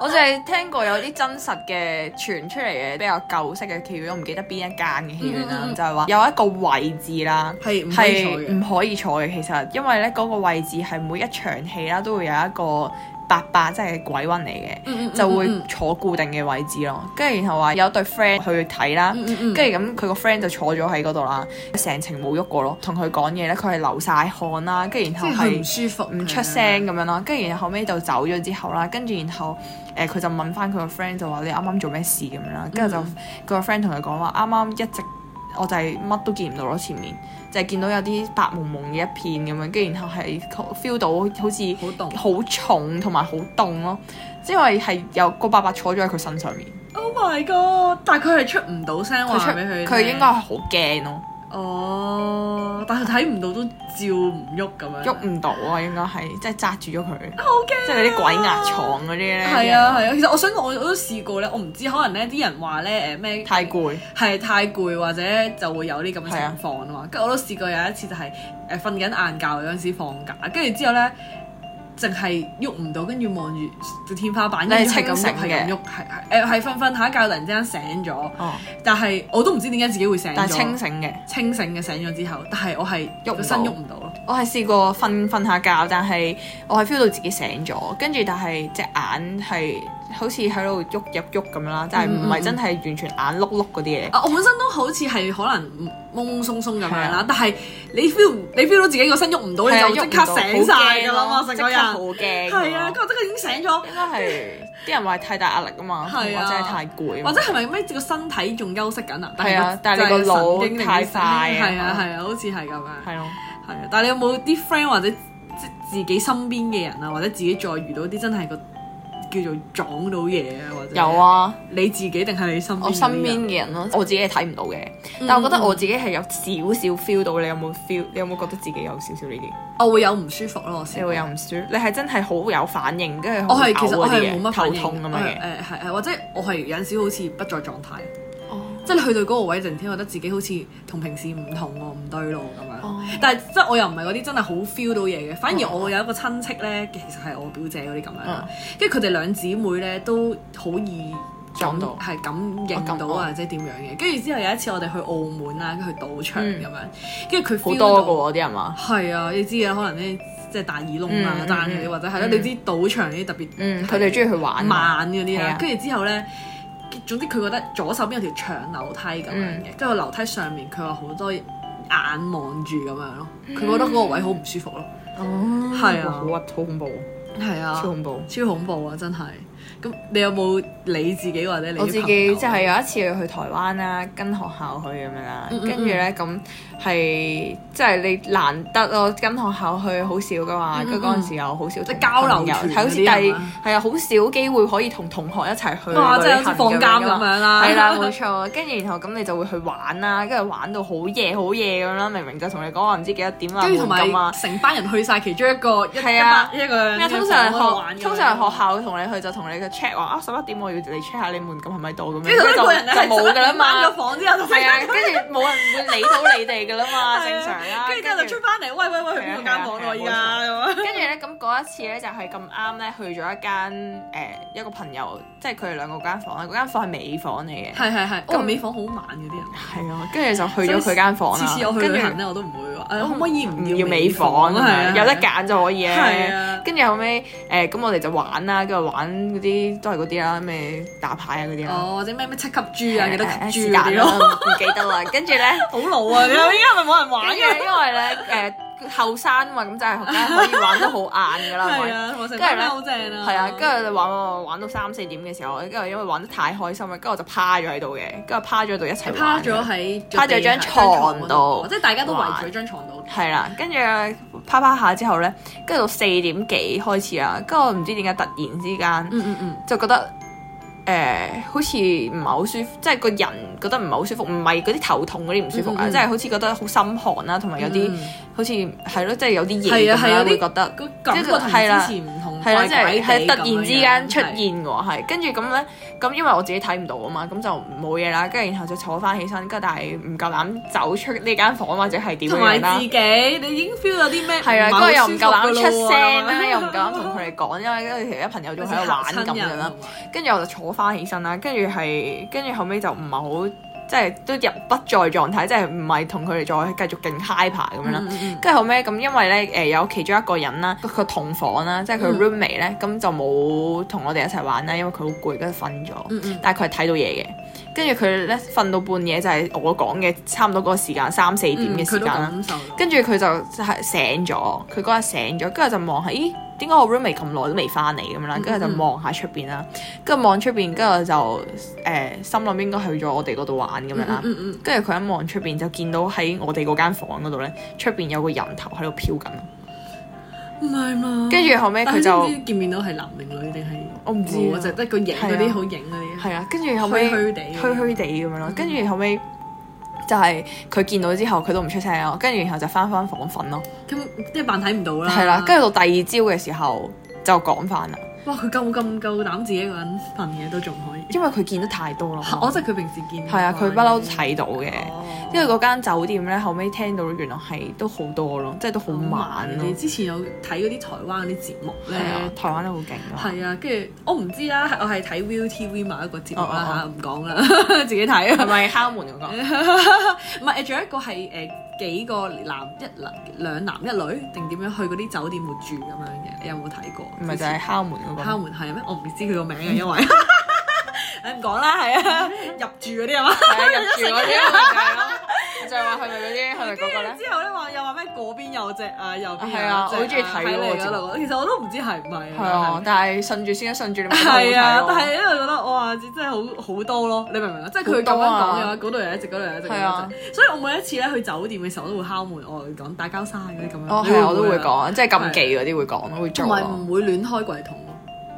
Speaker 2: 我就係聽過有啲真實嘅傳出嚟嘅比較舊式嘅戲院，我唔記得邊一間嘅戲院啦，
Speaker 1: 嗯嗯嗯
Speaker 2: 就係話有一個位置啦。
Speaker 1: 係唔可以坐
Speaker 2: 係
Speaker 1: 嘅嗯
Speaker 2: 唔，可以坐嘅，其實因為咧嗰個位置係每一場戲啦，都會有一個伯伯，即係鬼魂嚟嘅，
Speaker 1: 嗯嗯嗯
Speaker 2: 就會
Speaker 1: 嗯
Speaker 2: 坐固定嘅位置咯。跟住然後話有對 friend 去睇啦，
Speaker 1: 嗯嗯嗯
Speaker 2: 跟住咁佢個 friend 就坐咗喺嗰度啦，成程冇喐過咯。同佢講嘢咧，佢係流晒汗啦，跟住
Speaker 1: 即
Speaker 2: 然後
Speaker 1: 係啊
Speaker 2: 係
Speaker 1: 佢唔舒服，
Speaker 2: 唔出聲咁樣啦，跟住然後後尾就走咗之後啦，跟住然後誒佢、就問翻佢個 friend 就話你啱啱做咩事咁樣啦，跟住就佢
Speaker 1: 嗯
Speaker 2: 個 friend 同佢講話啱啱一直我就係乜都見唔到咯，前面就係、見到有啲白蒙蒙嘅一片咁樣，跟住然後係 feel 到好似
Speaker 1: 好凍
Speaker 2: 好重同埋好凍咯，因為係有個伯伯坐咗喺佢身上面，
Speaker 1: Oh my god！但係佢係出唔到聲
Speaker 2: 佢出
Speaker 1: 話俾佢，
Speaker 2: 佢應該係好驚咯，
Speaker 1: 哦，但係睇唔到都照唔喐咁樣，
Speaker 2: 喐唔到啊，應該係即係揸住咗佢，
Speaker 1: 好驚，啊
Speaker 2: 即係嗰啲鬼壓床嗰啲咧，
Speaker 1: 係啊係啊，其實我想講我我都試過咧，我唔知可能咧啲人話咧誒咩
Speaker 2: 太攰。
Speaker 1: 係太攰或者就會有啲咁嘅
Speaker 2: 係啊
Speaker 1: 情況啊嘛。跟住我都試過有一次就係誒瞓緊晏覺嗰陣時放假，跟住之後咧淨係喐唔到，跟住望住個天花板，
Speaker 2: 你係
Speaker 1: 跟住係咁
Speaker 2: 清醒
Speaker 1: 喐係咁
Speaker 2: 嘅
Speaker 1: 喐，係係誒係瞓瞓下覺，突然之間醒咗，
Speaker 2: 哦，
Speaker 1: 但係我都唔知點解自己會醒咗，
Speaker 2: 但係清醒嘅。
Speaker 1: 清醒嘅醒咗之後，但係我係
Speaker 2: 喐唔
Speaker 1: 個身
Speaker 2: 到
Speaker 1: 喐唔到咯，
Speaker 2: 我係試過瞓瞓下覺，但係我係 feel 到自己醒咗，跟住但係隻眼係好似喺度喐入喐咁樣啦，但
Speaker 1: 嗯
Speaker 2: 係唔係真係完全眼碌碌嗰啲嘢。
Speaker 1: 啊，我本身都好似係可能懵懵鬆鬆咁樣啦，但係你 feel 你 feel 到自己個身喐唔到，
Speaker 2: 啊係啊
Speaker 1: 你就即刻醒晒㗎啦嘛，成個人
Speaker 2: 好驚咯即刻好驚。
Speaker 1: 係啊，跟住我即刻已經醒咗。
Speaker 2: 應該係啲人話太大壓力啊嘛，或者
Speaker 1: 係啊
Speaker 2: 係太攰啊嘛，
Speaker 1: 或者係咪咩個身體仲休息緊啊？
Speaker 2: 係啊但係你
Speaker 1: 個
Speaker 2: 個腦
Speaker 1: 就係神經
Speaker 2: 太快啊
Speaker 1: 係啊係啊，好似係咁樣。
Speaker 2: 係咯。
Speaker 1: 係啊，但係你有冇啲 friend 或者即自己身邊嘅人啊，或者自己再遇到啲真係個叫做撞到嘢啊，或者
Speaker 2: 有，啊，
Speaker 1: 你自己定係你身邊嗰啲人？
Speaker 2: 我身邊嘅人嗯咯，我自己係睇唔到嘅，但
Speaker 1: 嗯
Speaker 2: 我覺得我自己係有少少 feel 到，你有冇 feel？你有冇覺得自己有少少呢啲？
Speaker 1: 我哦會有唔舒服咯，我試
Speaker 2: 你
Speaker 1: 過
Speaker 2: 會有唔舒服？你係真係好有反應，跟住
Speaker 1: 我係其實我係冇乜
Speaker 2: 頭
Speaker 1: 反應
Speaker 2: 痛咁樣
Speaker 1: 嘅，
Speaker 2: 嘅。
Speaker 1: 誒係係或者我係有陣時好似不在狀態，即係你去到嗰個位，突然間覺得自己好似同平時唔同喎，唔對路咁樣。
Speaker 2: 哦
Speaker 1: 但係即係我又唔係嗰啲真係好 feel 到嘢嘅，反而
Speaker 2: 嗯
Speaker 1: 我有一個親戚咧，其實係我表姐嗰啲咁樣啦
Speaker 2: 嗯，
Speaker 1: 跟住佢哋兩姊妹咧都好易
Speaker 2: 撞到
Speaker 1: 係感應
Speaker 2: 感
Speaker 1: 到
Speaker 2: 哦
Speaker 1: 啊，或者點樣嘅。跟住之後有一次我哋去澳門啦，跟住去賭場
Speaker 2: 嗯
Speaker 1: 咁樣，跟住佢
Speaker 2: 好
Speaker 1: feel 到
Speaker 2: 多嘅喎啲人話，
Speaker 1: 係啊，你知嘅，可能咧即係大耳窿啊
Speaker 2: 嗯、嗯
Speaker 1: 單嘅，
Speaker 2: 嗯
Speaker 1: 或者係啦，
Speaker 2: 嗯
Speaker 1: 你知賭場呢啲特別
Speaker 2: 嗯，佢哋中意去玩嘛，
Speaker 1: 慢嗰啲
Speaker 2: 係
Speaker 1: 啦
Speaker 2: 啊。
Speaker 1: 跟住之後咧，總之佢覺得左手邊有條長樓梯咁樣
Speaker 2: 嗯
Speaker 1: 嘅，跟住個樓梯上面佢話好多眼望住咁樣咯，
Speaker 2: 嗯
Speaker 1: 佢覺得嗰個位好唔舒服咯。
Speaker 2: 哦，
Speaker 1: 係啊
Speaker 2: 好核好恐怖，
Speaker 1: 係啊
Speaker 2: 超，恐怖。
Speaker 1: 超恐怖啊！真係。咁你有冇你自己或者你啲
Speaker 2: 我自
Speaker 1: 朋友啊
Speaker 2: 己就係有一次去台灣啦，跟學校去咁樣啦，
Speaker 1: 嗯嗯
Speaker 2: 跟住咧咁係即係你難得咯，跟學校去好少噶嘛，
Speaker 1: 嗯
Speaker 2: 跟
Speaker 1: 嗯
Speaker 2: 住嗰陣時又好少
Speaker 1: 即係
Speaker 2: 同
Speaker 1: 交流
Speaker 2: 朋友
Speaker 1: 團
Speaker 2: 係好
Speaker 1: 嗰
Speaker 2: 似第
Speaker 1: 啲係嘛
Speaker 2: 係啊，好少機會可以同同學一齊去
Speaker 1: 哇！即係
Speaker 2: 旅
Speaker 1: 好似
Speaker 2: 行
Speaker 1: 放監
Speaker 2: 樣
Speaker 1: 咁
Speaker 2: 㗎嘛。
Speaker 1: 樣啦，
Speaker 2: 係啦，冇錯。跟住然後咁你就會去玩啦，跟住玩到好夜好夜咁啦，明明就同你講話唔知幾多點啦，
Speaker 1: 跟住同
Speaker 2: 冇咁啊
Speaker 1: 埋。成班人去晒其中一個一一
Speaker 2: 係啊
Speaker 1: 班一個
Speaker 2: 咩？通常
Speaker 1: 學
Speaker 2: 學通常學校同你去就同你嘅 check 話啊十一點我要嚟 check 下你門禁係咪到咁樣，
Speaker 1: 跟住
Speaker 2: 跟住
Speaker 1: 一
Speaker 2: 就
Speaker 1: 個人係
Speaker 2: 就冇㗎啦嘛
Speaker 1: 關。咗房之後就
Speaker 2: 係啊，跟住冇人會理到你哋噶啦嘛，正常
Speaker 1: 啊
Speaker 2: 啦。
Speaker 1: 跟住之後就出翻嚟，喂喂喂，去邊個間房咯？依家咁啊，
Speaker 2: 跟住咧，咁嗰一次咧就係咁啱咧，去咗一間誒一個朋友，即係佢哋兩個間房啦。嗰間房係美房嚟嘅，
Speaker 1: 係係係，
Speaker 2: 咁
Speaker 1: 哦，美房好晚嗰啲人。
Speaker 2: 係啊。跟住就去咗佢間房
Speaker 1: 次
Speaker 2: 啦
Speaker 1: 次我。去
Speaker 2: 跟
Speaker 1: 旅
Speaker 2: 住
Speaker 1: 行咧，我都唔會話，誒可唔可以哦唔
Speaker 2: 唔要美
Speaker 1: 房
Speaker 2: 房
Speaker 1: 係啊，
Speaker 2: 有得揀就可以
Speaker 1: 係
Speaker 2: 咧。
Speaker 1: 啊，
Speaker 2: 跟住後尾誒咁我哋就玩啦，跟住玩嗰啲都係嗰啲啦，咩打牌啊嗰啲啦。
Speaker 1: 哦或者咩咩七級豬啊，幾多級
Speaker 2: 誒
Speaker 1: 豬
Speaker 2: 是
Speaker 1: 嗰
Speaker 2: 但
Speaker 1: 啲咯，
Speaker 2: 啦唔記得啦。跟住咧。
Speaker 1: 好老啊！你 依家咪冇人玩
Speaker 2: 跟住
Speaker 1: 嘅，
Speaker 2: 因為咧誒後生嘛，咁就係梗係可以玩得好晏㗎啦，係
Speaker 1: 係
Speaker 2: 咪？
Speaker 1: 啊，我成班
Speaker 2: 跟住咧
Speaker 1: 都好正啊，
Speaker 2: 係啊，跟住玩玩玩玩到三四點嘅時候，跟住因為玩得太開心啦，跟住我就趴咗喺度嘅，跟住趴咗喺度一齊
Speaker 1: 趴
Speaker 2: 玩。
Speaker 1: 咗喺
Speaker 2: 趴咗張床度
Speaker 1: 啊即係大家都圍住喺張床度，
Speaker 2: 係啦，跟住趴趴下之後咧，跟住到四點幾開始啦，跟住我唔知點解突然之間
Speaker 1: 嗯嗯嗯，
Speaker 2: 就覺得誒、好似唔係好舒服，即係個人覺得唔係好舒服，唔係嗰啲頭痛嗰啲唔舒服啊，
Speaker 1: 嗯嗯嗯
Speaker 2: 即係好似覺得好心寒啦，同埋有啲、
Speaker 1: 嗯
Speaker 2: 好似係咯，即係有啲
Speaker 1: 係
Speaker 2: 嘢
Speaker 1: 啊
Speaker 2: 咁
Speaker 1: 係有
Speaker 2: 啦，
Speaker 1: 啲
Speaker 2: 會覺得。
Speaker 1: 個感覺同
Speaker 2: 係啦
Speaker 1: 之前唔同，
Speaker 2: 係啦，即係係
Speaker 1: 怪怪地
Speaker 2: 突
Speaker 1: 咁樣
Speaker 2: 然之間出
Speaker 1: 係
Speaker 2: 現喎，係跟住咁咧，咁因為我自己睇唔到啊嘛，咁就冇嘢啦，跟住然後就坐翻起身，跟住但係唔夠膽走出呢間房或者係點
Speaker 1: 同
Speaker 2: 樣
Speaker 1: 埋
Speaker 2: 啦
Speaker 1: 自，己，你已經 feel 到啲咩？
Speaker 2: 係啦，
Speaker 1: 唔係
Speaker 2: 跟
Speaker 1: 好
Speaker 2: 住又唔夠膽出
Speaker 1: 舒服啊㗎
Speaker 2: 聲
Speaker 1: 喇
Speaker 2: 啦，
Speaker 1: 喎
Speaker 2: 又唔夠膽同佢哋講，因為跟住其他朋友仲喺度
Speaker 1: 啊
Speaker 2: 玩咁樣啦，。跟住我就坐翻起身啦，跟住係跟住後尾就唔係好即係都入不在狀態，即係唔係同佢哋再繼續勁 high 爬咁樣啦。跟住後尾咁，因為咧誒、有其中一個人啦，佢同房啦，即係佢
Speaker 1: 嗯
Speaker 2: roommate 咧，咁就冇同我哋一齊玩啦，因為佢好攰，跟住瞓咗。
Speaker 1: 嗯嗯
Speaker 2: 但係佢係睇到嘢嘅，跟住佢咧瞓到半夜就係我講嘅差唔多嗰個時間三四點
Speaker 1: 嗯，
Speaker 2: 嘅
Speaker 1: 佢
Speaker 2: 時
Speaker 1: 都
Speaker 2: 間啦。
Speaker 1: 感受到。
Speaker 2: 跟住佢就就係醒咗，佢嗰日醒咗，跟住就望下，咦？點解我 roommate 咁耐都未翻嚟咁樣啦？跟住
Speaker 1: 嗯嗯
Speaker 2: 就望下出邊啦，跟住望出邊，跟住就誒、心諗應該去咗我哋嗰度玩咁樣啦。
Speaker 1: 嗯嗯
Speaker 2: 跟住佢一望出邊就見到喺我哋嗰間房嗰度咧，出邊有個人頭喺度飄緊。
Speaker 1: 嗯，唔係嘛？
Speaker 2: 跟住後尾
Speaker 1: 但
Speaker 2: 佢
Speaker 1: 係
Speaker 2: 就
Speaker 1: 你知唔知見面到係男定女定係？
Speaker 2: 我唔知啊
Speaker 1: 冇啊就係得個影嗰
Speaker 2: 係
Speaker 1: 啲
Speaker 2: 啊
Speaker 1: 好影嗰啲。
Speaker 2: 係啦，跟住後尾
Speaker 1: 虛虛地啊
Speaker 2: 虛虛地咁樣咯。跟住後尾就係佢見到之後，佢都唔出聲咯。跟住然後就翻返房瞓咯。
Speaker 1: 咁即係扮睇唔到啦。
Speaker 2: 係啦，跟住到第二朝嘅時候就講翻啦。
Speaker 1: 哇！佢夠咁夠膽自己一個人瞓嘅都仲可以。
Speaker 2: 因為佢見得太多啦。
Speaker 1: 我即係佢平時見
Speaker 2: 嗯係啊，佢不嬲睇到嘅。
Speaker 1: 哦
Speaker 2: 因為嗰間酒店咧，後尾聽到原來係都好多咯，即係都好慢咯
Speaker 1: 你。之前有睇嗰啲台灣嗰嗯啲節目
Speaker 2: 係啊
Speaker 1: 咧，，
Speaker 2: 台灣都好勁啊！
Speaker 1: 係啊，跟住我唔知啦，我係睇 ViuTV 某一個節目啦嚇，
Speaker 2: 哦
Speaker 1: 唔講啦， 自己睇啊。
Speaker 2: 係咪敲門嗰個？
Speaker 1: 唔係，仲有一個係誒幾個男一男兩男一女定點樣去嗰啲酒店度住咁樣嘅，你有冇睇過？
Speaker 2: 唔係就係敲門嗰個。
Speaker 1: 敲門係咩？我唔知佢個名啊嘅，因為 誒唔講啦，係 啊，入住嗰啲啊嘛。
Speaker 2: 係啊，入住嗰 啲咪就係咯，就係話係咪嗰啲係咪嗰個咧？
Speaker 1: 之後咧話又話咩嗰邊有隻啊，右邊有隻
Speaker 2: 係啊我好中意睇
Speaker 1: 喺
Speaker 2: 嗰
Speaker 1: 你
Speaker 2: 個
Speaker 1: 嗰度。其實我都唔知係唔係
Speaker 2: 係啊，。但係順住先，順住你咪覺得好睇
Speaker 1: 係啊，但係
Speaker 2: 咯
Speaker 1: 因為覺得哇，真係好好多咯，你明唔明啊？即係佢咁樣
Speaker 2: 好多
Speaker 1: 講
Speaker 2: 啊
Speaker 1: 嘅話，嗰度又一隻，嗰度又一隻，嗰度
Speaker 2: 係啊
Speaker 1: 又一隻。所以我每一次咧去酒店嘅時候，我都會敲門，我會講打交沙嗰啲咁樣。
Speaker 2: 哦
Speaker 1: 你
Speaker 2: 係啊，
Speaker 1: 唔
Speaker 2: 我都會
Speaker 1: 啊
Speaker 2: 講，即係禁忌嗰啲會講咯，會做啊
Speaker 1: 同埋
Speaker 2: 咯。
Speaker 1: 唔會亂開櫃桶咯。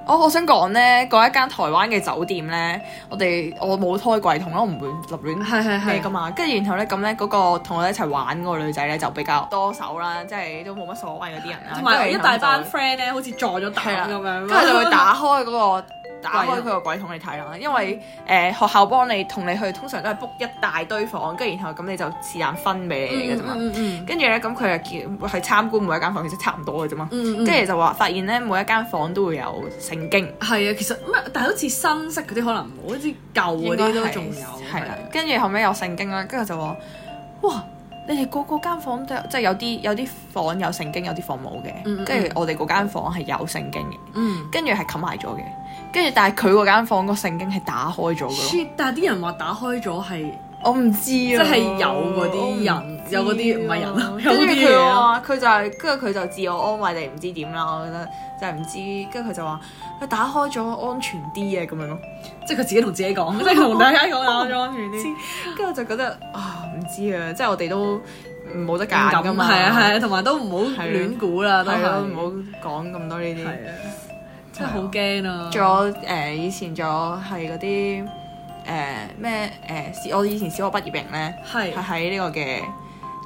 Speaker 2: 我我想講咧，嗰一間台灣嘅酒店咧，我哋我冇開櫃桶咯，我唔會立亂
Speaker 1: 係係係
Speaker 2: 咩噶嘛。跟住然後咧，咁咧嗰個同我一齊玩嗰個女仔咧，就比較多手啦，即係都冇乜所謂嗰啲人啊啦。
Speaker 1: 同埋
Speaker 2: 跟
Speaker 1: 一
Speaker 2: 住然後
Speaker 1: 大
Speaker 2: 就
Speaker 1: 班 friend 咧，好似撞咗
Speaker 2: 係啦
Speaker 1: 膽咁樣，
Speaker 2: 跟住就會打開 嗰、個。打開佢個櫃桶嚟睇啦，因為誒、
Speaker 1: 啊
Speaker 2: 學校幫你同你去，通常都係 book 一大堆房，跟住然後咁你就是但分俾你嘅啫嘛。
Speaker 1: 嗯嗯
Speaker 2: 跟住咧，咁佢又叫去參觀每一間房，其實差唔多嘅啫嘛。
Speaker 1: 嗯
Speaker 2: 跟住就話發現咧，每一間房都會有聖經，
Speaker 1: 係啊，其實咩？但係好似新式嗰啲可能冇，好似舊嗰啲都仲有。啊
Speaker 2: 係啦。跟住後尾有聖經啦，跟住就話：哇！你哋個個間房都有，即係有啲有啲房有聖經，有啲房冇
Speaker 1: 嗯嗯
Speaker 2: 嘅。跟住我哋嗰間房係有聖經嘅，
Speaker 1: 嗯。
Speaker 2: 跟住係冚埋咗嘅。跟住但係佢嗰間房個聖經係打開咗嘅咯。
Speaker 1: shit！但係啲人話打開咗係，
Speaker 2: 我唔知啊，
Speaker 1: 即係有嗰啲
Speaker 2: 我唔
Speaker 1: 人，
Speaker 2: 知啊
Speaker 1: 有嗰啲唔係人啊，有
Speaker 2: 跟
Speaker 1: 嗰
Speaker 2: 住
Speaker 1: 啲嘢
Speaker 2: 佢
Speaker 1: 啊。
Speaker 2: 話佢就係，跟住佢就自我安慰你唔知點啦，我覺得就係唔知，跟住佢就話佢打開咗安全啲嘅啊咁樣咯，
Speaker 1: 即係佢自己同自己講，即係佢同大家講 打開咗安全啲。
Speaker 2: 跟住我就覺得啊唔知啊，即係我哋都冇得
Speaker 1: 唔
Speaker 2: 揀
Speaker 1: 敢
Speaker 2: 噶嘛，
Speaker 1: 係啊係啊，同埋都唔好亂估啦，都
Speaker 2: 係
Speaker 1: 係
Speaker 2: 咯，唔好講咁多呢啲。
Speaker 1: 係啊，真係好驚啊！
Speaker 2: 仲有誒呃以前仲有係嗰啲誒咩誒，我以前小學畢業營咧
Speaker 1: 係
Speaker 2: 係啊喺呢個嘅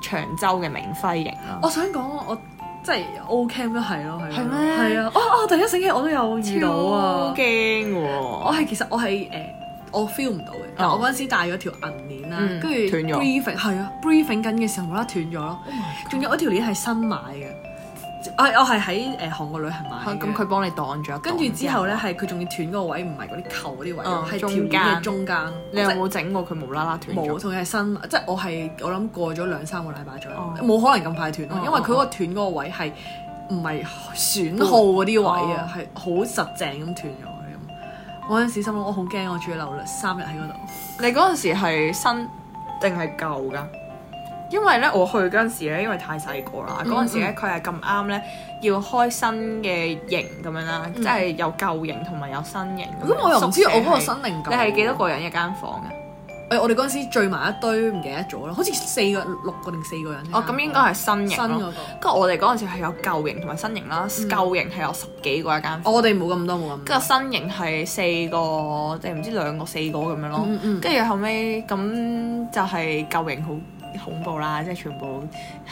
Speaker 2: 長洲嘅明輝營啦。
Speaker 1: 我想講我即係 O Cam 都係咯，係咯
Speaker 2: 係咩
Speaker 1: 係啊！哦哦，第一醒起我都有遇到啊
Speaker 2: 超！驚
Speaker 1: 我
Speaker 2: 喎！
Speaker 1: 係其實我係誒、我 feel 唔到嘅，但我嗰陣時戴咗條銀鏈啦
Speaker 2: 哦
Speaker 1: 啊
Speaker 2: 嗯，
Speaker 1: 跟住
Speaker 2: 斷咗 Oh
Speaker 1: briefing 係啊 briefing 緊嘅時候無啦啦斷咗咯，仲有嗰條鏈係新買嘅，我我係喺誒韓國旅行買嘅。
Speaker 2: 啊咁佢幫你擋咗一檔，
Speaker 1: 跟住之後咧，係佢仲要斷嗰個位，唔係嗰啲扣嗰啲位咯，
Speaker 2: 嗯
Speaker 1: 係條
Speaker 2: 中
Speaker 1: 鏈嘅
Speaker 2: 間
Speaker 1: 中間。
Speaker 2: 你有
Speaker 1: 即係
Speaker 2: 冇整過佢無啦啦斷
Speaker 1: 冇，
Speaker 2: 咗？
Speaker 1: 仲要係新，即係我係我諗過咗兩三個禮拜左右
Speaker 2: 哦，
Speaker 1: 冇、可能咁快斷咯，
Speaker 2: 哦
Speaker 1: 因為佢嗰個斷嗰個位係唔係損耗嗰啲位啊
Speaker 2: 哦，
Speaker 1: 係好、實正咁斷咗嘅咁。我嗰陣時心諗，我好驚，我仲要留三日喺嗰度。
Speaker 2: 你嗰陣時係新定係舊㗎？因為咧，我去嗰陣時咧，因為太細個啦，
Speaker 1: 嗯
Speaker 2: 嗰陣時咧佢係咁啱咧要開新嘅營咁樣啦，即係有舊營同埋有新營樣。
Speaker 1: 嗯咁我又唔知
Speaker 2: 宿
Speaker 1: 我
Speaker 2: 舍係
Speaker 1: 嗰個新靈感。
Speaker 2: 你係幾多個人一間房㗎？
Speaker 1: 誒，我哋嗰陣時聚埋一堆，唔記得咗啦，好似四個、六個定四個人。
Speaker 2: 哦，咁應該係新
Speaker 1: 嗯新嗯
Speaker 2: 營
Speaker 1: 嗰、
Speaker 2: 咯。跟住我哋嗰陣時係有舊營同埋新營啦，舊營係有十幾個一間
Speaker 1: 個。我哋冇咁多，冇咁
Speaker 2: 跟
Speaker 1: 多。
Speaker 2: 住新型係四個，即係唔知兩個四個咁樣咯
Speaker 1: 嗯嗯。
Speaker 2: 跟住、後尾咁就係舊型好恐怖啦，即係全部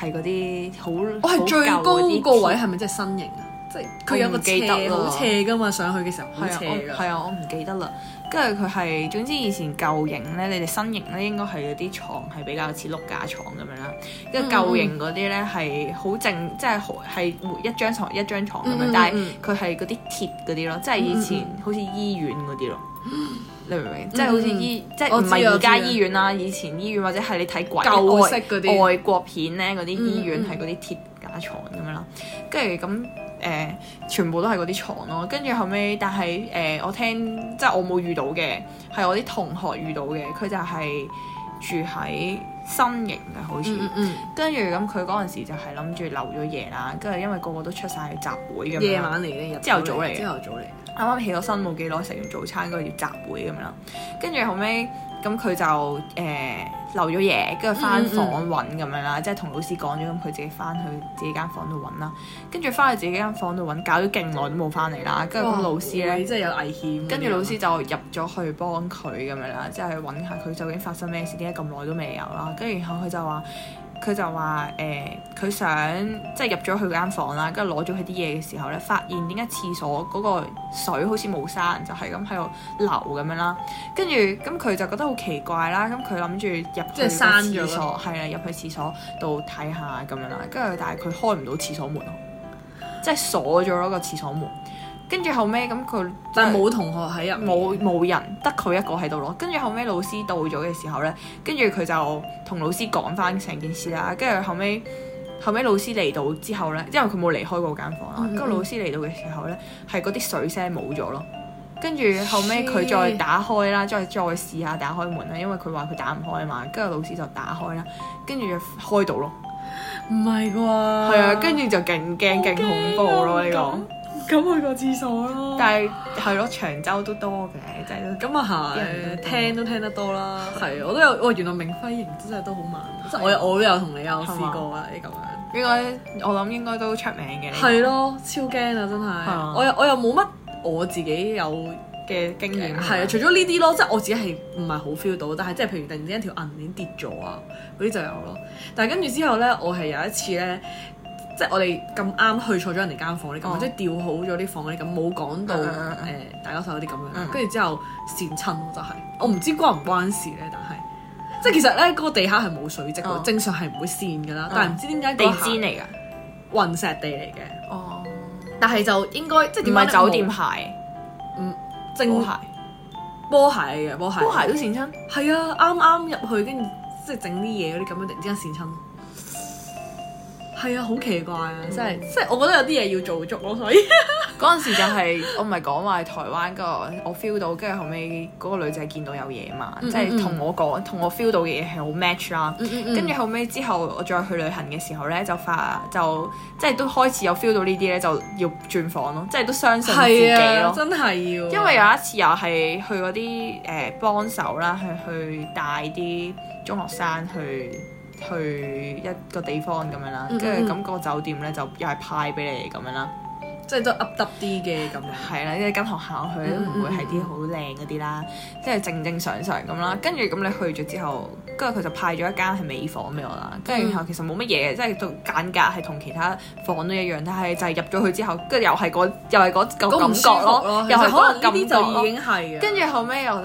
Speaker 2: 係嗰啲好
Speaker 1: 我係最
Speaker 2: 好舊
Speaker 1: 高
Speaker 2: 嗰啲
Speaker 1: 個位係咪真係新型啊？即係佢有個
Speaker 2: 我唔記得
Speaker 1: 斜，
Speaker 2: 啦
Speaker 1: 好斜噶嘛，上去嘅時候好
Speaker 2: 係啊，
Speaker 1: 斜
Speaker 2: 我
Speaker 1: 㗎。
Speaker 2: 係啊，我唔記得啦。跟住佢係總之以前舊型咧，你哋新型咧應該係嗰啲床係比較似碌架床咁樣啦。
Speaker 1: 嗯
Speaker 2: 跟住舊型嗰啲咧係好靜，即係好係一張床一張床咁樣，
Speaker 1: 嗯嗯嗯嗯
Speaker 2: 但係佢係嗰啲鐵嗰啲咯，即係以前好似醫院 嗰啲咯。你明唔明？即係好似醫，即係
Speaker 1: 我
Speaker 2: 唔
Speaker 1: 知
Speaker 2: 係而家
Speaker 1: 我知
Speaker 2: 醫院啦，以前醫院或者係你睇鬼
Speaker 1: 舊式嗰啲
Speaker 2: 外外國片咧，嗰啲醫院
Speaker 1: 嗯嗯
Speaker 2: 係嗰啲鐵架床咁樣啦，跟住咁誒，全部都係嗰啲床咯。跟住後尾，但係誒、呃我聽即係我冇遇到嘅，係我啲同學遇到嘅，佢就係住喺新營嘅，好似。
Speaker 1: 嗯嗯
Speaker 2: 跟住咁，佢嗰陣時就係諗住留咗夜啦，跟住因為個個都出晒去集會咁
Speaker 1: 嗯，
Speaker 2: 樣，
Speaker 1: 夜晚嚟咧，
Speaker 2: 朝頭早嚟嘅
Speaker 1: 朝頭早嚟。
Speaker 2: 啱啱起咗身冇幾耐，食完早餐嗰要集會咁樣啦。跟住後尾咁佢就誒、呃留咗嘢，跟住翻房揾咁樣啦，即係同老師講咗，咁佢自己翻去自己間房度揾啦。跟住翻去自己間房度揾，搞咗勁耐都冇翻嚟啦。跟住咁老師
Speaker 1: 哇
Speaker 2: 咧
Speaker 1: 會。真係有危險。啊
Speaker 2: 跟住老師就入咗去幫佢咁樣啦，即係去揾下佢究竟發生咩事，點解咁耐都未有啦。跟住然後佢就話：誒、佢就話誒，佢、想即係入咗佢間房啦，跟住攞咗佢啲嘢嘅時候咧，發現點解廁所嗰個水好似冇閂，就係咁喺度流咁樣啦。跟住咁佢就覺得好奇怪啦，咁佢諗住入
Speaker 1: 即
Speaker 2: 去
Speaker 1: 係
Speaker 2: 個
Speaker 1: 閂咗
Speaker 2: 廁
Speaker 1: 啦
Speaker 2: 所，係啦，入去廁所度睇下咁樣啦。跟住但係佢開唔到廁所門咯，即係鎖咗嗰個廁所門。跟住後尾咁佢
Speaker 1: 但係冇同學喺入面，
Speaker 2: 冇冇人，得佢一個喺度咯。跟住後尾老師到咗嘅時候呢，跟住佢就同老師講翻成件事啦。跟住後尾後尾老師嚟到之後呢，因為佢冇離開過間房啦。
Speaker 1: 嗯嗯
Speaker 2: 跟住、老師嚟到嘅時候呢，係嗰啲水聲冇咗咯。跟住後尾佢再打開啦，再再試下打開門啦，因為佢話佢打唔開啊嘛。跟住老師就打開啦，跟住就開到咯。
Speaker 1: 唔係啩？
Speaker 2: 係
Speaker 1: 係
Speaker 2: 啊，跟住就勁驚勁恐怖咯呢
Speaker 1: 啊
Speaker 2: 個。
Speaker 1: 個，咁去個廁所咯。
Speaker 2: 但係係咯，長洲都多嘅，即係都
Speaker 1: 咁啊係，
Speaker 2: 人都多
Speaker 1: 聽都聽得多啦。係，我都有，哇！原來明輝型真係都好猛，即係我有我都有同你有
Speaker 2: 係
Speaker 1: 試
Speaker 2: 嘛
Speaker 1: 過啊啲咁樣。
Speaker 2: 應該我諗應該都出名嘅。呢個
Speaker 1: 係咯，超驚啊！真
Speaker 2: 啊
Speaker 1: 係，我又我又冇乜我自己有
Speaker 2: 嘅經驗。
Speaker 1: 係啊，除咗呢啲咯，即係我自己係啊唔係好 feel 到，但係即係譬如突然之間條銀鏈跌咗啊，嗰啲就有咯。但係跟住之後咧，我係有一次咧。即係我哋咁啱去錯咗人哋間房啲咁，
Speaker 2: 哦
Speaker 1: 即係調好咗啲房嗰啲咁，冇講到誒
Speaker 2: 嗯嗯嗯嗯
Speaker 1: 大家手嗰啲咁樣
Speaker 2: 嗯，
Speaker 1: 跟住之後跣親咯，就係我唔知關唔關事咧，但係即係其實咧嗰個地下係冇水漬
Speaker 2: 哦
Speaker 1: 喎，正常係唔會跣㗎啦
Speaker 2: 嗯，
Speaker 1: 啊但係唔知點解
Speaker 2: 地
Speaker 1: 嗰
Speaker 2: 氈
Speaker 1: 下
Speaker 2: 嚟㗎。
Speaker 1: 雲石地嚟嘅，
Speaker 2: 哦，
Speaker 1: 但係就應該即係
Speaker 2: 唔
Speaker 1: 點講
Speaker 2: 係
Speaker 1: 咧
Speaker 2: 酒店鞋，
Speaker 1: 冇
Speaker 2: 波
Speaker 1: 正
Speaker 2: 鞋，
Speaker 1: 波鞋嚟嘅波鞋，
Speaker 2: 波鞋都跣親。
Speaker 1: 係啊，啱啱入去跟住即係整啲嘢嗰啲咁樣，突然之間跣親。係啊，好奇怪啊！
Speaker 2: 嗯
Speaker 1: 真係，即係我覺得有啲嘢要做足咯，所以
Speaker 2: 嗰陣時就係 我唔係講話台灣嗰個，我 feel 到，跟住後尾嗰個女仔見到有嘢嘛，即
Speaker 1: 嗯
Speaker 2: 係
Speaker 1: 嗯
Speaker 2: 同我講，同我 feel 到嘅嘢係好 match 啦。跟
Speaker 1: 跟
Speaker 2: 住後尾之後，我再去旅行嘅時候咧，就發就即係都開始有 feel 到呢啲咧，就要轉房咯，即係都相信自己
Speaker 1: 係啊，
Speaker 2: 咯。
Speaker 1: 真係要啊，
Speaker 2: 因為有一次又係去嗰啲誒幫手啦，去去帶啲中學生去去一個地方咁樣啦，
Speaker 1: 嗯嗯嗯
Speaker 2: 跟住咁個酒店咧就又係派俾你哋咁樣啦，
Speaker 1: 即係都噏耷啲嘅咁樣。
Speaker 2: 係啦，因為跟學校去都
Speaker 1: 嗯嗯
Speaker 2: 唔會係啲好靚嗰啲啦，即係正正常常咁啦。跟住咁你去咗之後，跟住佢就派咗一間係美房俾我啦，跟住
Speaker 1: 嗯
Speaker 2: 然後其實冇乜嘢，即係都間隔係同其他房都一樣，但係就係入咗去之後，跟住又係嗰又係嗰
Speaker 1: 嗰
Speaker 2: 個
Speaker 1: 個
Speaker 2: 感
Speaker 1: 唔
Speaker 2: 覺
Speaker 1: 舒服
Speaker 2: 咯，又
Speaker 1: 其
Speaker 2: 係
Speaker 1: 實可
Speaker 2: 嗰個
Speaker 1: 能
Speaker 2: 感
Speaker 1: 呢啲
Speaker 2: 覺
Speaker 1: 就
Speaker 2: 咯
Speaker 1: 已。經係嘅。啊
Speaker 2: 跟住後尾我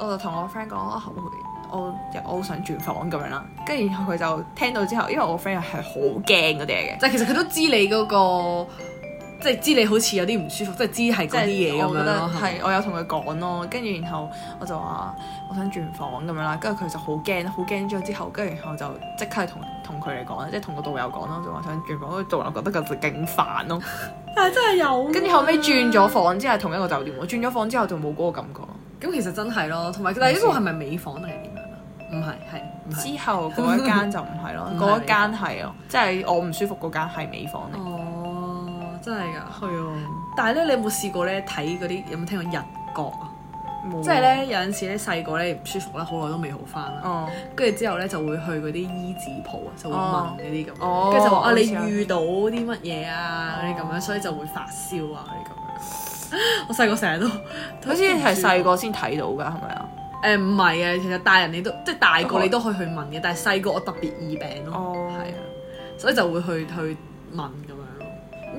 Speaker 2: 就我就同我 friend 講啊，我我我好想轉房咁樣啦。跟住然後佢就聽到之後，因為我 friend 係好驚嗰啲嚟嘅，
Speaker 1: 但係其實佢都知你嗰個，即係知你好似有啲唔舒服，即係知係
Speaker 2: 即
Speaker 1: 嗰啲嘢
Speaker 2: 係
Speaker 1: 咁
Speaker 2: 我
Speaker 1: 樣
Speaker 2: 覺得
Speaker 1: 咯。
Speaker 2: 係我有同佢講咯。跟住然後我就話我想轉房咁樣啦。跟住佢就好驚，好驚咗之後，跟住然後就即刻同同佢哋講，即係同個導遊講咯，就話想轉房。個導遊覺得佢勁煩咯。
Speaker 1: 但係真係有。
Speaker 2: 跟住後尾轉咗房之後，同一個酒店喎，轉咗房之後就冇嗰個感覺。
Speaker 1: 咁其實真係咯，同埋但係呢個係咪美房定係點樣啊？唔係，係唔係？，
Speaker 2: 之後嗰一間就唔係咯
Speaker 1: 唔係
Speaker 2: 嗰一間係咯，即係我唔舒服嗰間係美房嚟。
Speaker 1: 哦，真係㗎！
Speaker 2: 係啊，
Speaker 1: 但係咧，你有冇試過咧睇嗰啲有冇聽過日角啊？
Speaker 2: 冇啊
Speaker 1: 即係，咧有陣時咧細個咧唔舒服咧，好耐都未好翻啦。
Speaker 2: 哦，
Speaker 1: 跟住之後咧就會去嗰啲醫治鋪啊，就會問嗰啲咁
Speaker 2: 哦
Speaker 1: 樣，跟住就話啊
Speaker 2: 我
Speaker 1: 你
Speaker 2: 知啊
Speaker 1: 遇到啲乜嘢啊嗰啲咁
Speaker 2: 哦
Speaker 1: 樣，所以就會發燒啊嗰啲咁樣。我細個成日都
Speaker 2: 好似係細個先睇到㗎，係咪啊？
Speaker 1: 誒唔係嘅，其實大人你都即係大個你都可以去問嘅，但係細個我特別易病咯，
Speaker 2: 哦
Speaker 1: 係啊，所以就會去去問咁樣咯。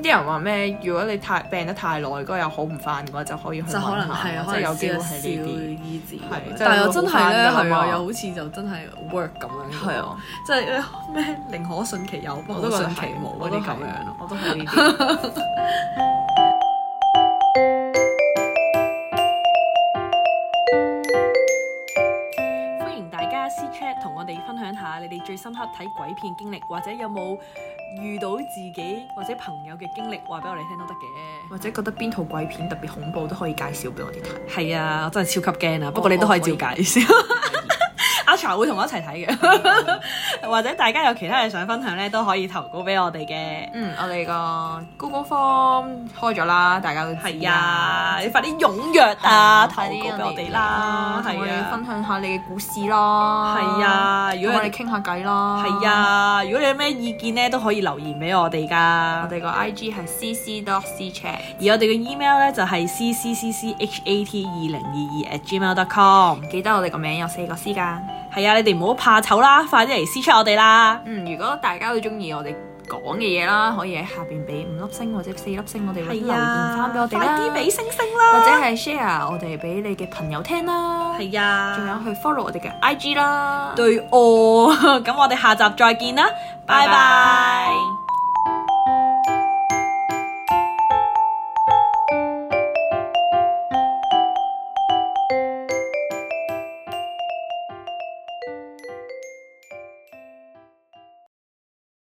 Speaker 2: 啲人話咩？如果你太病得太耐，嗰個又好唔翻嘅話，就可以去
Speaker 1: 就可能係
Speaker 2: 係
Speaker 1: 啊，
Speaker 2: 即
Speaker 1: 可
Speaker 2: 係
Speaker 1: 能
Speaker 2: 有機會
Speaker 1: 少
Speaker 2: 係呢
Speaker 1: 醫治咁
Speaker 2: 係
Speaker 1: 樣，
Speaker 2: 即係
Speaker 1: 但係又
Speaker 2: 會
Speaker 1: 真
Speaker 2: 好
Speaker 1: 係
Speaker 2: 返
Speaker 1: 咧，
Speaker 2: 㗎
Speaker 1: 係
Speaker 2: 嘛
Speaker 1: 啊，又好似就真係 work 咁樣，
Speaker 2: 啲。係，啊，
Speaker 1: 即係咧咩寧可信其有，不
Speaker 2: 我
Speaker 1: 可
Speaker 2: 都覺得
Speaker 1: 信其
Speaker 2: 係
Speaker 1: 無
Speaker 2: 我
Speaker 1: 嗰
Speaker 2: 都
Speaker 1: 啲
Speaker 2: 係啊
Speaker 1: 咁樣咯。
Speaker 2: 我都係呢 啲。
Speaker 1: 歡迎大家私 chat 同我哋分享下你哋最深刻睇鬼片經歷，或者有冇遇到自己或者朋友嘅經歷，話俾我哋聽都得嘅。
Speaker 2: 或者覺得邊套鬼片特別恐怖，都可以介紹俾我哋睇。
Speaker 1: 係啊，我真係超級驚啊！不
Speaker 2: 我
Speaker 1: 過你都可以照
Speaker 2: 我可
Speaker 1: 介紹。 阿茶會同我一齊睇
Speaker 2: 啊
Speaker 1: 嘅， 或者大家有其他嘢想分享咧，都可以投稿俾我哋嘅。
Speaker 2: 嗯，我哋個 Google Form 開咗啦，大家都知
Speaker 1: 係
Speaker 2: 啦
Speaker 1: 啊，你快啲踴躍啊，投稿
Speaker 2: 快啲
Speaker 1: 俾
Speaker 2: 人
Speaker 1: 我哋啦，
Speaker 2: 同我
Speaker 1: 係
Speaker 2: 哋
Speaker 1: 啊
Speaker 2: 分。享下你嘅故事啦。
Speaker 1: 係啊如果
Speaker 2: 同我
Speaker 1: 你
Speaker 2: 哋傾下偈啦。
Speaker 1: 係，啊，如果你有咩意見咧，都可以留言俾我哋
Speaker 2: 我
Speaker 1: 噶。
Speaker 2: 哋個 I G 係 C C dot C chat，
Speaker 1: 而我哋嘅 email 咧就係 c c c c h a t 二零二二 at gmail dot com。
Speaker 2: 記得我哋個名有四個 C 㗎。
Speaker 1: 係啊，你哋唔好怕醜啦，快啲嚟私 chat 我哋啦。
Speaker 2: 嗯，如果大家都中意我哋講嘅嘢啦，可以喺下邊俾五粒星或者四粒星我哋，或者留
Speaker 1: 係
Speaker 2: 言翻
Speaker 1: 啊，
Speaker 2: 俾我哋
Speaker 1: 快
Speaker 2: 啦，
Speaker 1: 啲俾星星
Speaker 2: 或者
Speaker 1: 啦。
Speaker 2: 係 share 我哋俾你嘅朋友聽啦，
Speaker 1: 係啊，
Speaker 2: 仲有去 follow 我哋嘅 IG 啦。
Speaker 1: 對哦，咁我哋下集再見啦，拜
Speaker 2: 拜拜
Speaker 1: 拜